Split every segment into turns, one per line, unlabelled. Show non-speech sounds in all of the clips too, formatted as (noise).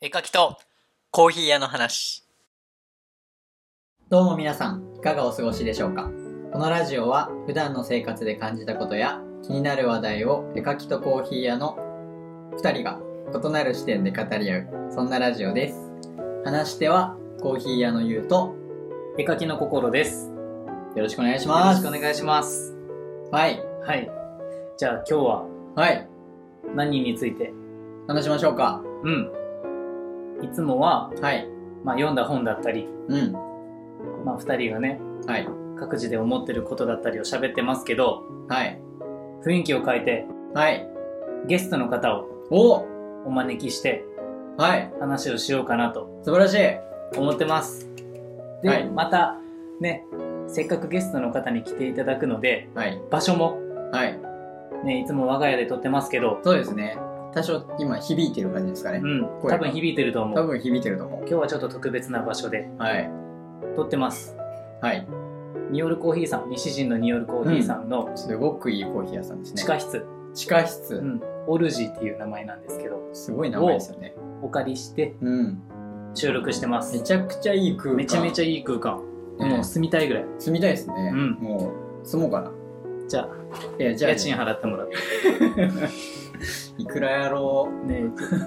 絵描きとコーヒー屋の話
どうも皆さん、いかがお過ごしでしょうかこのラジオは普段の生活で感じたことや気になる話題を絵描きとコーヒー屋の2人が異なる視点で語り合う、そんなラジオです。話し手はコーヒー屋のゆうと、
絵描きの心です。よ
よろしくお願いします。
ろしくお願いします。
はい。
はい。じゃあ今日は
はい。
何について
話しましょうか。
うん。いつもは、
はい。
まあ、読んだ本だったり、
うん。
まあ、二人がね、
はい。
各自で思ってることだったりを喋ってますけど、
はい。
雰囲気を変えて、
はい。
ゲストの方を
お
お招きして
はい。
話をしようかなと
素晴らしい。
思ってます。で、
はい
また、ね、せっかくゲストの方に来ていただくので、
はい。
場所も、
はい。
ね、いつも我が家で撮ってますけど、
そうですね。多少今響いてる感じですかね
う。ん、
声が
多分響いてると思
多
う。
分響いてると思
今日はちょっと特別な場所で
う。はい。
撮ってます。
はい。
ニオルコーヒーさん西陣のニオルコーヒーさんの
すごくいいコーヒー屋さんですね。
地下室、
地下室、
うん、オルジーっていう名前なんですけど
すごい名前ですよね
お借りして
うん
収録してま
め
す
ちゃくちゃいい空間
めちゃめち
ゃ
ゃいい空間、
ね
もう住みたいぐらい
住みたいですね、
うん
もう住もうかな
じゃあ
いやじゃあ
家賃払ってもらって
いくらやろう
ね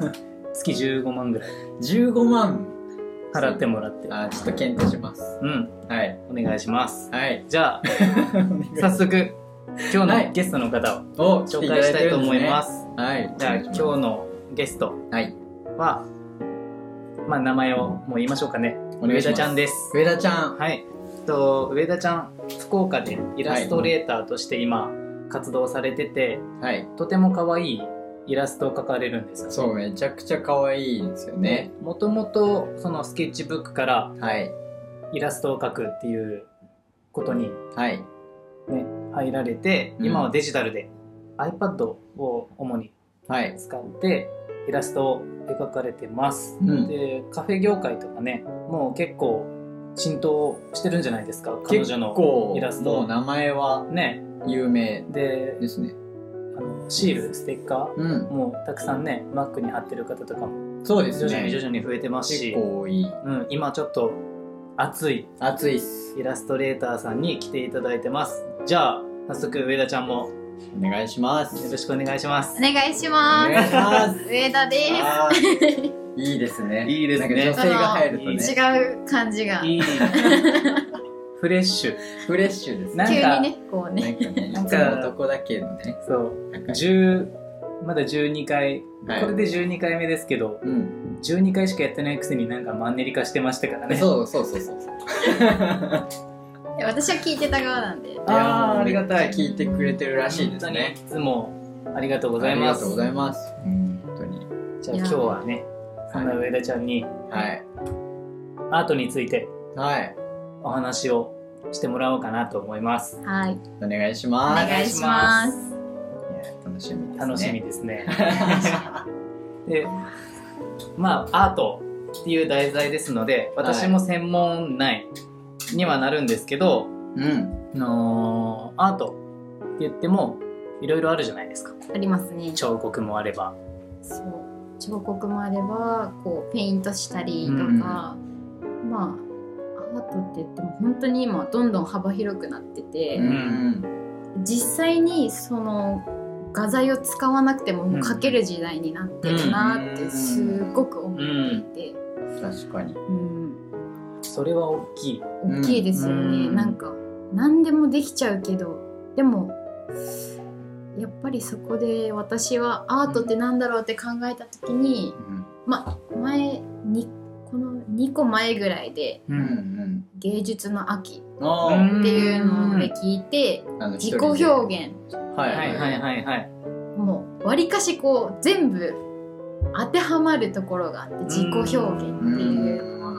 (laughs) 月15万ぐらい
15万
払ってもらって
あちょっと検討します
うん
はい
お願いします (laughs)
はい
じゃあ早速今日のゲストの方を
を
紹介したいと思いますす
はい
じゃあ今日のゲスト
はい
はまあ名前をもう言いましょうかね
お願い
上
しま
田
す
ちゃんです
上田ちゃん
はい、えっと上田ちゃん福岡でイラストレーターとして今活動されてて、
はい
とても可愛いイラストを描かれるんですよ
そうめちゃくちゃ可愛いんですよね
もともとそのスケッチブックから
はい
イラストを描くっていうことに、
はい
ね、入られて
うん
今はデジタルで、iPad を主に
はい
使ってイラストを描かれてます、
うん
でカフェ業界とかねもう結構浸透してるんじゃないですか彼女の
結構
イラスト
もう名前は
ね
有名
で
ですね
あのシールステッカ
うん
ーもうたくさんねマックに貼ってる方とかも
そうで
徐
す
々
ね
に徐々に増えてます
結
し、
構多い
うん、今ちょっと熱い
暑いっす
イラストレーターさんに来ていただいてますじゃあ早速上田ちゃんも
お願いします
よろしくお願いしま
お
す
願いし
お願い
ま
します
す。上田で
あーいいですね
いいですね
なんか女性が入ると
す。
ね
違う感じが。
い
(laughs)
いフレッシュ
フレッシュですね
なんか
急にね、こう
な
ね。
んかね
なん
い
か
つも男だけどね
そう
なんか
10まだ12回
はい
これで12回目ですけど
うん
12回しかやってないくせになんかマンネリ化してましたからね
そうそうそうそうそう
いや私は聞いてた側なんで。
あー
いやもう
ありがたい
めっちゃ聞いてくれてるらしいです
本
ね
当にいつもありがとうございま
ありがと
す
うございます本当に
じゃあ今日はねそんな上田ちゃんに
はい
アートについて
はい
お話をしてもらおうかなと思います。
はい。
お願いし
お
ます
願いします。
いや楽しみですね
楽しみですね。で、
(laughs)
まあアートっていう題材ですので、私も専門内にはなるんですけど、
うん
あのーアートって言ってもいろいろあるじゃないですか。
ありますね。
彫刻もあれば、
そう。彫刻もあれば、こうペイントしたりとか、まあアートって言っても本当に今どんどん幅広くなってて。
うんうん
実際にその画材を使わなくてももう描ける時代になってるなっ
うん
てすごく思っていて、
確かに
うん
それは大きい。
うん
大きいですよね、
うん
なんか何でもできちゃうけどでもやっぱりそこで私はアートってなんだろうって考えた時に
うん
まあ前にこの2個前ぐらいで
う
うんうん
「芸術の秋」
あ
う
ー
ん
っていうので聞いて
あの一
自
人
己
で
表現
は
はいい
は
はいい
は
はいいはいはい。
もうわりかしこう全部当てはまるところがあって自己表現っていうのは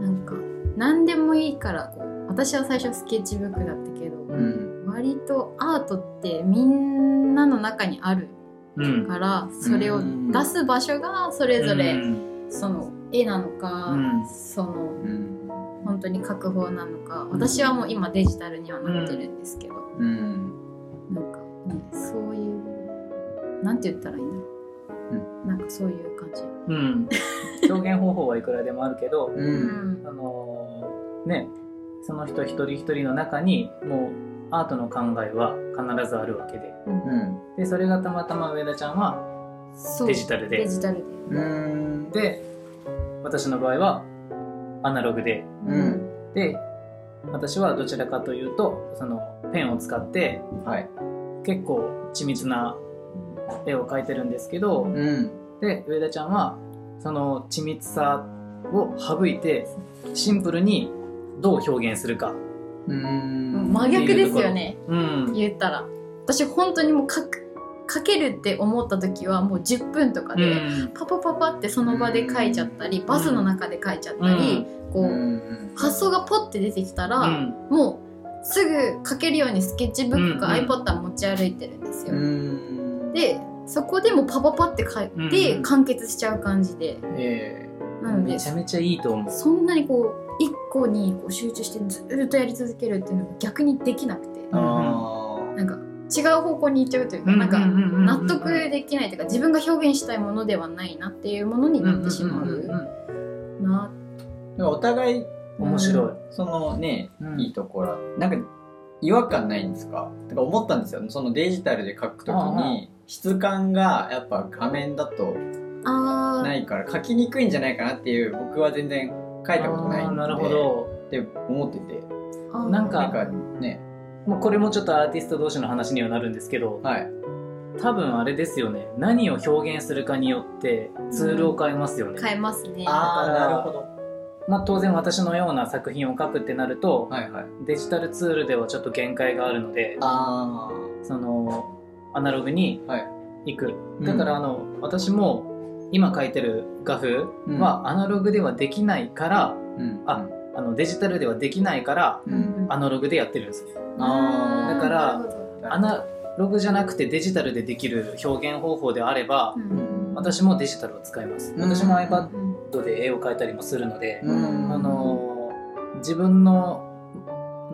なんか何でもいいからこう私は最初スケッチブックだったけど
うん
割とアートってみんなの中にある
うん。
からそれを出す場所がそれぞ
う
れ
ん
その絵なのか
うん
そ
う
の
ん
本当に描く方なのか私はもう今デジタルにはなってるんですけど
うん
なんかねそういうなんて言ったらいいんだろう
うん
なんかそういう感じ。
うん、表現方法はいくらでもあるけど、
う
うんん
あのーねその人一人一人の中にもうアートの考えは必ずあるわけで
うん
でそれがたまたま上田ちゃんは
そう
デジタルで
デジタルで。
うん
で私の場合はアナログで
うん
で私はどちらかというとそのペンを使って
はい
結構緻密な絵を描いてるんですけど
うん
で上田ちゃんはその緻密さを省いてシンプルにどう表現するか、
うん
真逆ですよね。
うん、
言ったら私本当にもう書く書けるって思った時はもう10分とかで、
うん
パパパパってその場で書いちゃったり、バスの中で書いちゃったり、こう、
うん
発想がポッて出てきたら、
うん
もうすぐ書けるようにスケッチブックか
うん
iPad は持ち歩いてるんですよ。
うん
でそこでもうパパパって書い
うん
て完結しちゃう感じで、
え
なので
めちゃめちゃいいと思う
そんなにこう一個にこう集中してずっとやり続けるっていうのが逆にできなくて
ーあー
なんか違う方向に行っちゃうというか、なんか納得できないというか自分が表現したいものではないなっていうものになってしまうな
でもお互い
面白い、
そのね
うん
いいところなんか違和感ないんですかとか思ったんですよそのデジタルで書くときに質感がやっぱ画面だと
あー
ないから書きにくいんじゃないかなっていう僕は全然書いたことない
あー
んで
なるほど、
って思ってて
あー
なんか
なんかね
まあ、これもちょっとアーティスト同士の話にはなるんですけど
はい
多分あれですよね何を表現するかによってツールを変えますよね、
変えますね
あーなるほ
ど
まあ、当然私のような作品を書くってなると
はいはい
デジタルツールではちょっと限界があるので
あ
そのアナログに
はい
行く、
うん
だからあの私も今書いてる画風はアナログではできないから、
ーうん
ああのデジタルではできないから
うん
アナログでやってるんですよ
あー
だから
なるほど
アナログじゃなくてデジタルでできる表現方法であれば
う、ん
私もデジタルを使います、
うん
私も iPad
うん
で絵を描いたりもするので、
うん
あのー自分の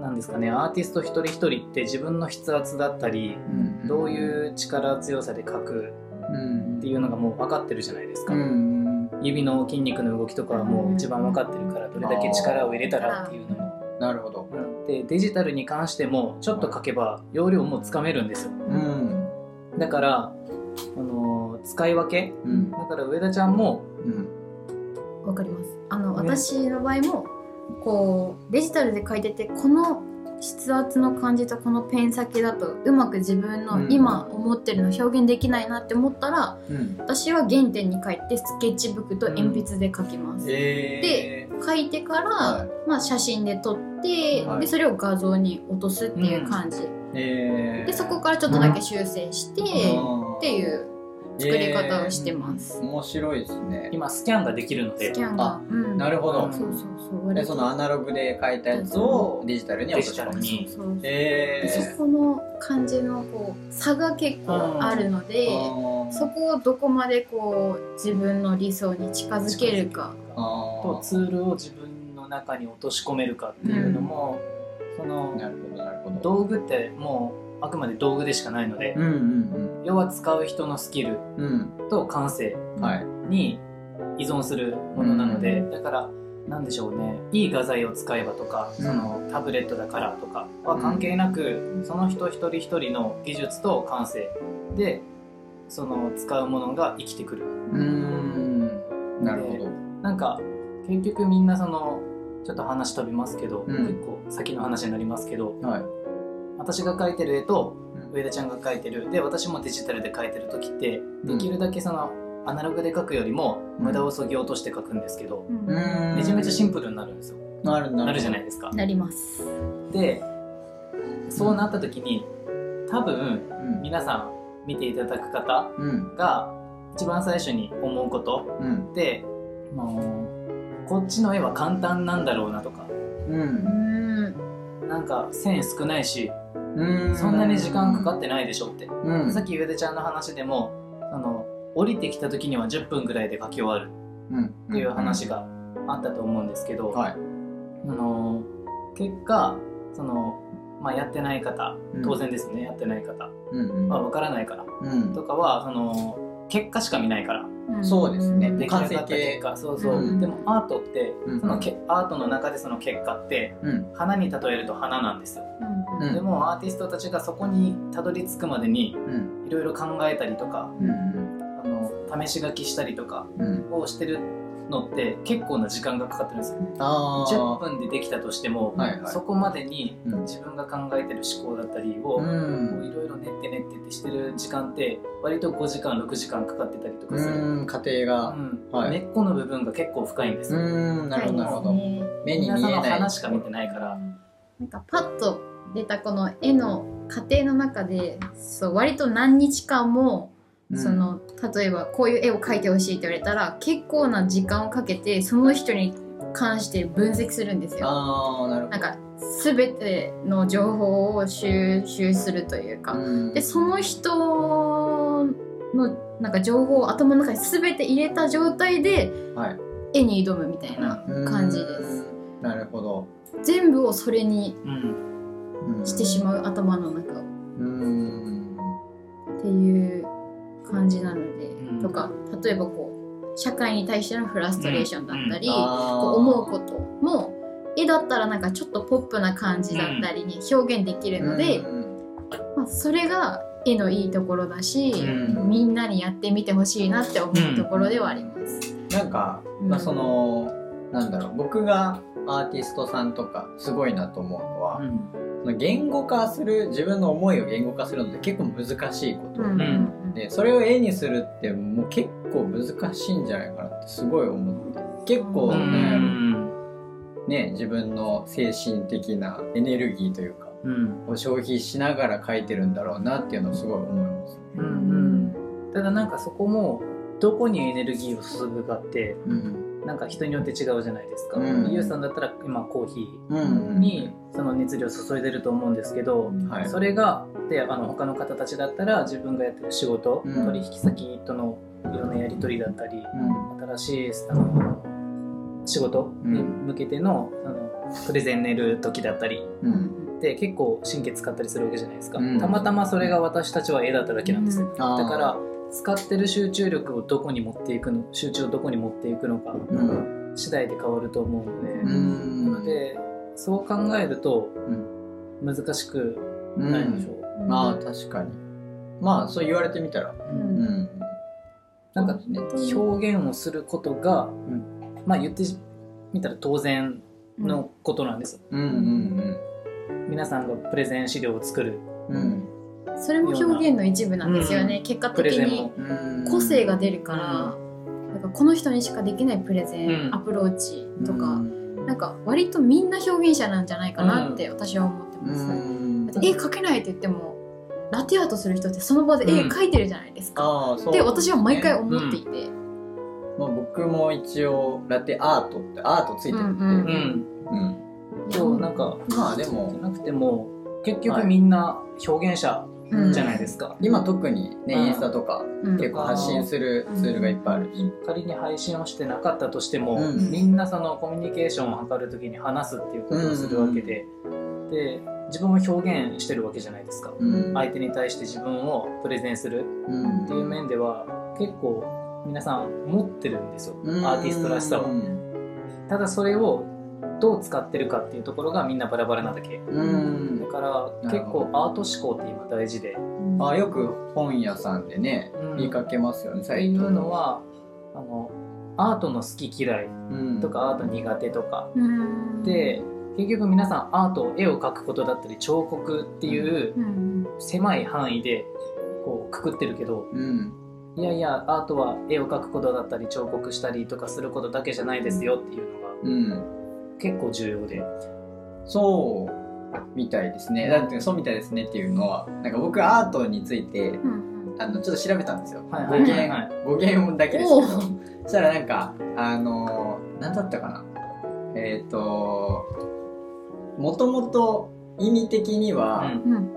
なんですかねアーティスト一人一人って自分の筆圧だったり
うん
どういう力強さで描く
うん
っていうのがもう分かってるじゃないですか、
うん
指の筋肉の動きとかはもう一番分かってるからどれだけ力を入れたらっていうのも。
なるほど
でデジタルに関してもちょっと書けば容量もつかめるんですよ
うん
だから、あのー使い分け
うん
だから上田ちゃんも、
うん
わかりますあの、
ね
私の場合もこうデジタルで書いててこの筆圧の感じとこのペン先だとうまく自分
う
の
ん
今思ってるの表現できないなって思ったら、
うん
私は原点に書いてスケッチブックと鉛筆で書きます、
えー
書いてから、
は
まあ、写真で撮って、
はい
でそれを画像に落とすっていう感じ、
えー
でそこからちょっとだけ修正して、っ
う
ていう作り方をしてます、
面白いですね
今スキャンができるので
スキャンが
あ、
うん、
なるほど
うん
そうそうそう
でそのアナログで書いたやつをデジタルに落とし込む
デジ
そうそうそう
え
で
ー
そこの感じのこう差が結構あるので、
あー
そこをどこまでこう自分の理想に近づけるか
あ
とツールを自分の中に落とし込めるかっていうのも、そ
ーな
の
るほどなるほど
道具ってもうあくまで道具でしかないので、
うんうん
要は使う人のスキル
うん
と感性
うんはい
に依存するものなので、
う
だからなんでしょうねいい画材を使えばとか、
うん
そのタブレットだからとかは関係なく、その人一人一人の技術と感性でその使うものが生きてくる
うーんなるほど
なんか結局みんなそのちょっと話飛びますけど、
ん
結構先の話になりますけど
はい
私が描いてる絵と
うん
上田ちゃんが描いてるで私もデジタルで描いてる時って
う
で
ん
きるだけそのアナログで描くよりも
うん
無駄を削ぎ落として描くんですけど、
うん
うーん
めちゃめちゃシンプルになるんですよ
なるな
なる
る
じゃないいですか。
なります。
でそうなった時に多分
うん
皆さん見ていただく方
うん
が一番最初に思うこと
うん
で、まあこっちの絵は簡単なんだろうなとか
う
うんん
なんか線少ないし
うん
そんなに時間かかってないでしょって、
うん
さっきゆでちゃんの話でもその降りてきた時には10分ぐらいで書き終わるっていう話があったと思うんですけど、
はい
あの結果その、まあ、やってない方
うん
当然ですね、やってない方、
うんうん
まあ、分からないから
うん
とかはその結果しか見ないから
うん
そうですね
出来上がった結果そうそう、
うん
でもアートって、
うん
そのけアートの中でその結果って
うん
花に例えると花なんですよ、
うん
うん
でもアーティストたちがそこにたどり着くまでに
うん
いろいろ考えたりとか
うん
あの試し書きしたりとか
うん
をしてるのって結構な時間がかかってるんですよ
あ
10
あ
分でできたとしても、
はいはい
そこまでに
うん
自分が考えてる思考だったりを、
う
こうんいろいろ練って練ってってしてる時間って割と5時間6時間かかってたりとかする、
うん家庭が
うん
はい
根っこの部分が結構深いんです
う
よ、
んなるほどなるほど
ね
目に見
皆
え
さんの
ない
花しか見てないから、
なんかパッと出たこの絵の過程の中でそう割と何日間も、
うん
その例えばこういう絵を描いてほしいって言われたら結構な時間をかけてその人に関して分析するんですよ。
ああなるほ
なんか全ての情報を収集するというか、
どうん
でその人のなんか情報を頭の中に全て入れた状態で
はい
絵に挑むみたいな感じです。
うんなるほど
全部をそれに
うん
うん
してしまう頭の中を
うん
っていう感じなので、
うん
とか例えばこう社会に対してのフラストレーションだったり、こ
あ
う
ー
思うことも絵だったらなんかちょっとポップな感じだったりに表現できるので、
うん
まあ、それが絵のいいところだし、
うん
みんなにやってみてほしいなって思うところではあります。
なんか
うん
まあそのなんだろう僕がアーティストさんとかすごいなと思うのはその言語化する自分の思いを言語化するのって結構難しいこ
うん
う
とでそれを絵にするってもう結構難しいんじゃないかなってすごい思って結構
う
うん
ね
ん
ね自分の精神的なエネルギーというか
うん
を消費しながら描いてるんだろうなっていうのをすごい思います。
うんうんただなんかそこもどこにエネルギーを注ぐかって
うん
なんか人によって違うじゃないですか、
うん
ゆうさんだったら今コーヒ
うん
ーにその熱量を注いでると思うんですけど、
はい
それがであの他の方たちだったら自分がやってる仕事、
うん
取引先とのいろんなやり取りだったり
うん
新しいあの仕事に向けての,、あのプレゼン練る時だったり
うん
で結構神経使ったりするわけじゃないですか、
うん
たまたまそれが私たちは絵だっただけなんです、
うん
あー
だから使ってる集中力をどこに持っていくの集中をどこに持っていくのか
うん
次第で変わると思うので、
うん
なのでそう考えると難しく
う
ないでしょ
ん
う、
まあ確かにまあそう言われてみたら
う
うんん
なんか
ね
表現をすることが、まあ言ってみたら当然のことなんです、
うんうん
皆さんがプレゼン資料を作る
うんうん
それも表現の一部なんですよね、結果
プレ
的
ゼン
に
も、
うん
個性が出るから,、なんかこの人にしかできないプレゼン、
うん
アプローチと
う
か、
ん
なんか割とみんな表現者なんじゃないかなって私は思って
う
ます、
ん
だって絵描けないって言ってもラテアートする人ってその場で絵描いてるじゃないですか、
ああそう
で私は毎回思っていて、
まあ僕も一応ラテアートってアートついてるんで
うん
う
うん
ん、
うん
そうなんか
まあで
じゃ
も
なくても結
は
局
い
みんな表現者
うん
じゃないですか、
今特にね
うん
インスタとか
うん
結構発信するツールがいっぱいあるし
仮に配信をしてなかったとしても、
うん
みんなそのコミュニケーションを図る時に話すっていうことをするわけで、で自分を表現してるわけじゃないですか、
うん
相手に対して自分をプレゼンする
うん
っていう面では結構皆さん持ってるんですよアーティストらしさ
う
を
ん
ただそれをどう使ってるかっていうところがみんなバラバラなだけ
うん
だから結構アート思考って今大事で
うん
あよく本屋さんでね
うん
見かけますよね
そう
最
い
近
うのはあのアートの好き嫌い
うん
とかアート苦手とか
うん
で結局皆さんアート絵を描くことだったり彫刻っていう
うん
狭い範囲でこうくくってるけど
うん
いやいやアートは絵を描くことだったり彫刻したりとかすることだけじゃないですよっていうのが
うん
結構重要で。
そうみたいですね。だってそうみたいですねっていうのは、なんか僕アートについて
うんうん
あのちょっと調べたんですよ。
はい
語
はいはい
源
はい
語源だけですけ
お
ど、
う
そしたらなんかあのなんだったかな。えっ、ともともと意味的には、
う
うん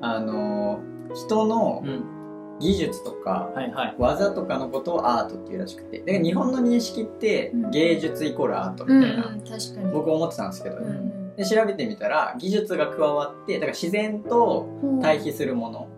あの人の
んうん
技術とか。
はいはい
技とかのことをアートっていうらしくてだから日本の認識って
うん
芸術イコールアート
うん
み
う
たいな、
ん確かに
僕思ってたんですけど、
うんうん
で調べてみたら技術が加わってだから自然と
ほう
対比するもの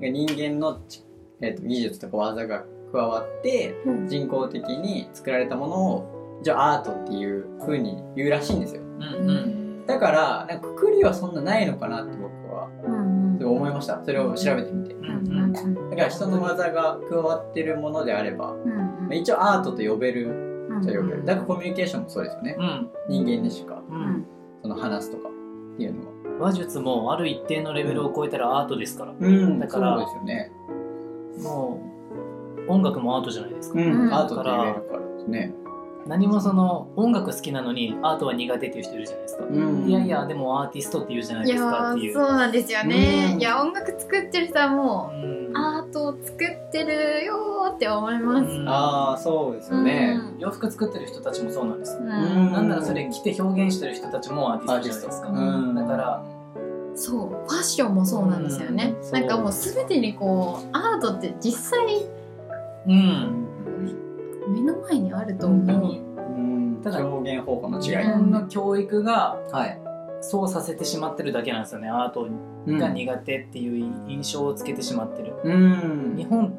うん
人間の、ちえーと技術とか技が加わって
うん
人工的に作られたものをじゃあアートっていう風に言うらしいんですよ
うんうん
だからなんかくくりはそんなないのかなって僕は
うん
すごい思いましたそれを調べてみて
う
うん
ん
う
うんん
だから人の技が加わってるものであればま
うんうん
あ一応アートと呼べる
うん
じゃ呼べるだからコミュニケーションもそうですよね
うん
人間にしか
うん
その話すとかっていうのは
話術もある一定のレベルを超えたらアートですから、
うん
だから
そうですよね
もう音楽もアートじゃないですか、
うん
うん
アートって言えるからですね
何もその音楽好きなのにアートは苦手っていう人いるじゃないですか、
うん
いやいやでもアーティストって言うじゃない
い
で
や
すかってい
ー
う
そうなんですよね、
うん
いや音楽作ってる人はも
うん
うアートを作ってるよーって思います、
うん
ああそうですよね
洋服作ってる人たちもそうなんですよ
う、
う
ん
ん
なんならそれ着て表現してる人たちもアーティストじゃないですか、
うん
だから
そうファッションもそうなんですよね、
うん
なんかもう全てにこうアートって実際
うん
目の前にあると思う、
うん
ただ
表現方法の違い
自分の教育が
はい
そうさせてしまってるだけなんですよねアート
うん
が苦手っていう印象をつけてしまってる、
うん
日本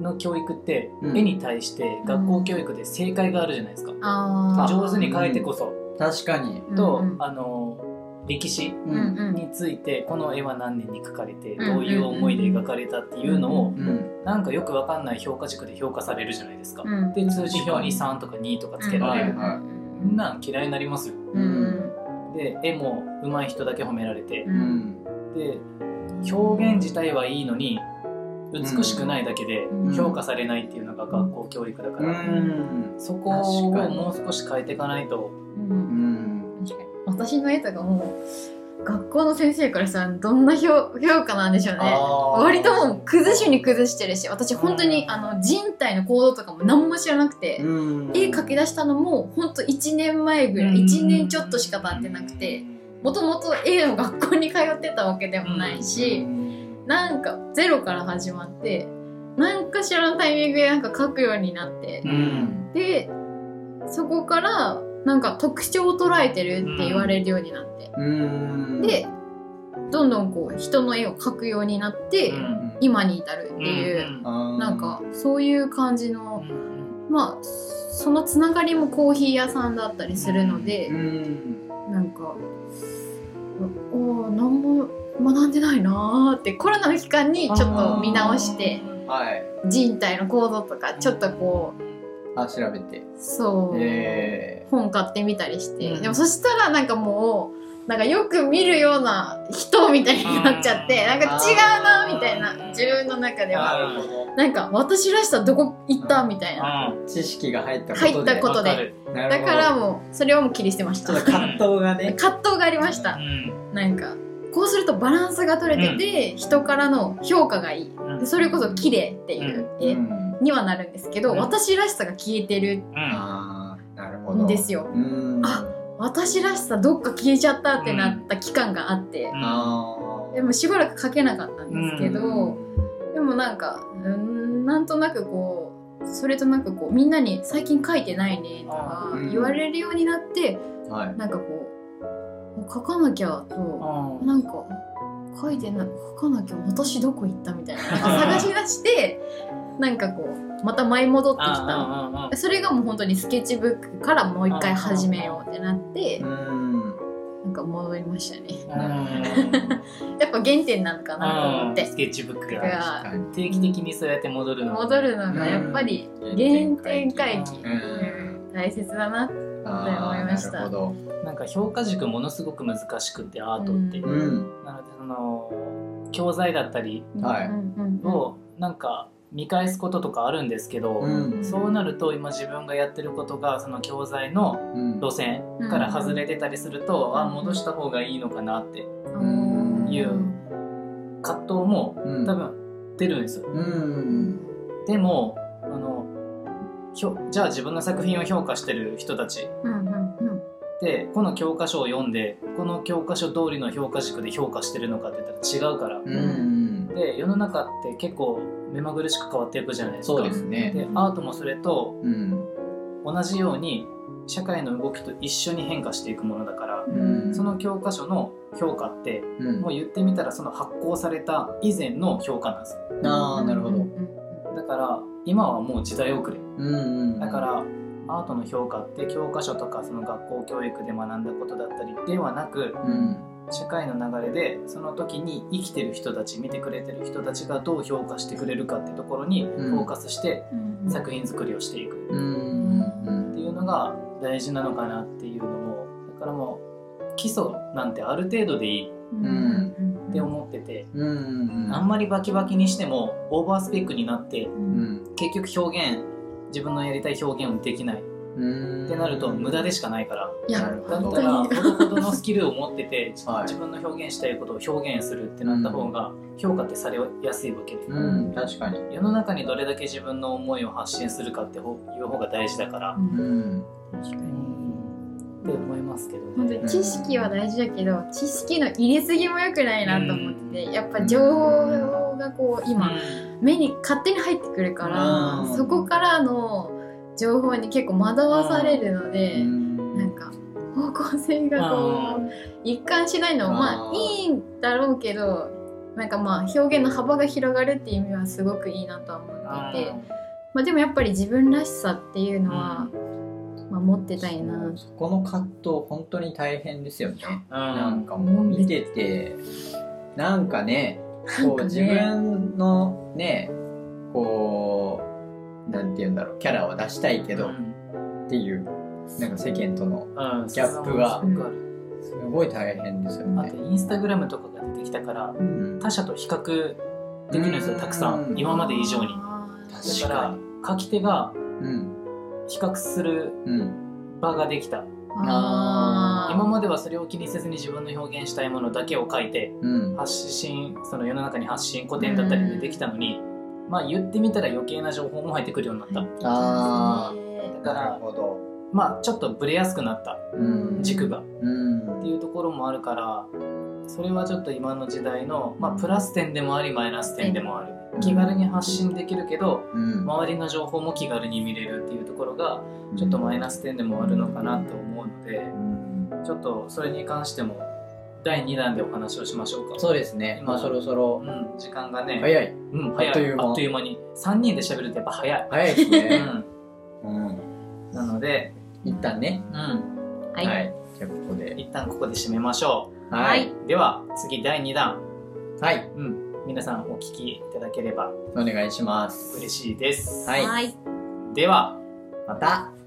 の教育って
うん
絵に対して学校教育で正解があるじゃないですか、
あー
上手に描いてこそ、
確かに
と、
うん
あの歴史
う
うんうん
ん
についてこの絵は何年に描かれて
んうん
どういう思いで描かれたっていうのを
うんうん
なんかよくわかんない評価軸で評価されるじゃないですか、
うんうん
で通知表に3とか2とかつけられ
うん
る、
はいはい
そんなん嫌いになりますよ
うんうん
で絵も上手い人だけ褒められて
う
うんん
で表現自体はいいのに美しくないだけで
うん
評価されないっていうのが学校教育だか
う
ら、
ん
そこをもう少し変えていかないと
うん
うん
確かに私の絵とかもう学校の先生からしたらどんな評評価なんでしょうね割ともう崩しに崩してるし私本当にあの人体の行動とかも何も知らなくて、絵描き出したのも本当1年前ぐらい1年ちょっとしか経ってなくてもともと絵の学校に通ってたわけでもないし、なんかゼロから始まって何かしらのタイミングでなんか描くようになって、
うん
でそこからなんか特徴を捉えてるって言われるようになって。
うん
でどんどんこう人の絵を描くようになって、
うん
今に至るっていう、
うん
なんかそういう感じ
う
の
ん
まあそのつながりもコーヒー屋さんだったりするので
う、ん
なんかおおー何も学んでないなーってコロナの期間にちょっと見直して
はい
人体の構造とかちょっとこ
あ調べて
うそう。
え
本買ってみたりして、
うん
でもそしたらなんかもうなんかよく見るような人みたいになっちゃって、
うん
なんか違うなみたい
あー
な自分の中で
ー
は、
なるほど
なんか私らしさどこ行ったみたいな、
うん
知識が入ったことで
入ったこと
わかる
なる
だ
ほど
からもうそれをもう切り捨てまし
ち
た
ょっと葛藤がね
葛藤がありまし
う
た、
ん
なんかこうするとバランスが取れてて、人からの評価がいい
うん
でそれこそ綺麗っていう絵
うん
にはなるんですけど、
うん
私らしさが消えてる
うん
あーなるほど
んですよ
うん
あ私らしさどっか消えちゃったってなった期間があって、
あー
でもしばらく書けなかったんですけど、
う
でもなんかうーんなんとなくこうそれとなくこうみんなに「最近書いてないね」とか
うん
言われるようになって、
んはい
なんかこうもう書かなきゃと、
うん
なんか書いてない書かなきゃ私どこ行ったみたいななんか
(laughs)
探し出してなんかこうまた舞い戻ってきた。
うんうんうん
それがもう本当にスケッチブックからもう一回始めようってなって (laughs)
うん
なんか戻りましたね
うん
やっぱ原点なのかなと思っ
うん
て
スケッチブックが
だから
確かに
定期的にそうやって戻るの
戻るのがやっぱり原点回帰
うん
大切だな
あー
思いました
なるほど
なんか評価軸ものすごく難しくてアートって、
う
うん
なのでその教材だったり
はい
うんうんうん
をなんか見返すこととかあるんですけど、
うん
そうなると今自分がやってることがその教材の
うん
路線から外れてたりすると、あ戻した方がいいのかなって
うん
いう葛藤も
うん
多分出るんですよ。
うん
でもあのひょじゃあ自分の作品を評価してる人たち
うんうんうん
でこの教科書を読んでこの教科書通りの評価軸で評価してるのかって言ったら違うから、
うん
で世の中って結構目まぐるしく変わっていくじゃないですか
そうですね
でアートもそれと
うん
同じように社会の動きと一緒に変化していくものだから
うん
その教科書の評価って
うん
もう言ってみたらその発行された以前の評価なんです
あーなるほ
う
ど
ん
だから今はもう時代遅れ
うんうん
だからアートの評価って教科書とかその学校教育で学んだことだったりではなく
うん
社会の流れでその時に生きてる人たち見てくれてる人たちがどう評価してくれるかってところに
うん
フォーカスして
うんうん
作品作りをしていく
うんうん
っていうのが大事なのかなっていうのもだからもう基礎なんてある程度でいい
うんうん
って思ってて、
うんうん
あんまりバキバキにしてもオーバースペックになって
うん
結局表現自分のやりたい表現をできないっ
うん
てなると無駄でしかないから
いや
なるほ
だ
ど
ったらほどほどのスキルを持ってて、
はい
自分の表現したいことを表現するってなった方が評価ってされやすいわけで、
うん確かに
世の中にどれだけ自分の思いを発信するかってほいう方が大事だから、
うん
って思いますけど
本当
ね。
に知識は大事だけど知識の入れすぎも良くないなと思っててやっぱ情報がこう今目に勝手に入ってくるから
うん
そこからの情報に結構惑わされるのでなんか方向性がこう一貫しないのもま
あ
あ
ー
いいんだろうけどなんかまあ表現の幅が広がるっていう意味はすごくいいなとは思っていて、まあ、でもやっぱり自分らしさっていうのは、まあ、持ってたいな
そこの葛藤本当に大変ですよねな
なん
かもう見ててなんかねこう
なんかね
自分のねこうなんて言うんだろうキャラを出したいけどっていうなんか世間とのギャップがすごい大変ですよ
あ
ね
と。インスタグラムとかが出てきたから
うん
他者と比較できるんですよたくさん
うん
今まで以上にだから書き手が
うん
比較する
うん
場ができた
あー
今まではそれを気にせずに自分の表現したいものだけを書いて
うん
発信その世の中に発信古典だったりでできたのにまあ言ってみたら余計な情報も入ってくるようになった
あ
だか
なる
ら
ほど。
まあちょっとブレやすくなった
うん
軸が
うん
っていうところもあるからそれはちょっと今の時代の、まあ、プラス点でもありマイナス点でもある気軽に発信できるけど
うん
周りの情報も気軽に見れるっていうところがちょっとマイナス点でもあるのかなと思うので
うん
ちょっとそれに関しても第2弾でお話をしましょうか
そうですね。まあそろそろ
うん、時間がね、
早い
うん、早い
あっという間
あっという間に3人で喋るとやっぱ早い、
早いです
う
ね。
ん、
うん
なので、
一旦ね。
うん、
はい、
はい。じゃあここで。
一旦ここで締めましょ
はい、
うでは次第2弾、
はい。
うん、皆さんお聞きいただければ
お願いします。
嬉しいです、
はい
はい
では
また。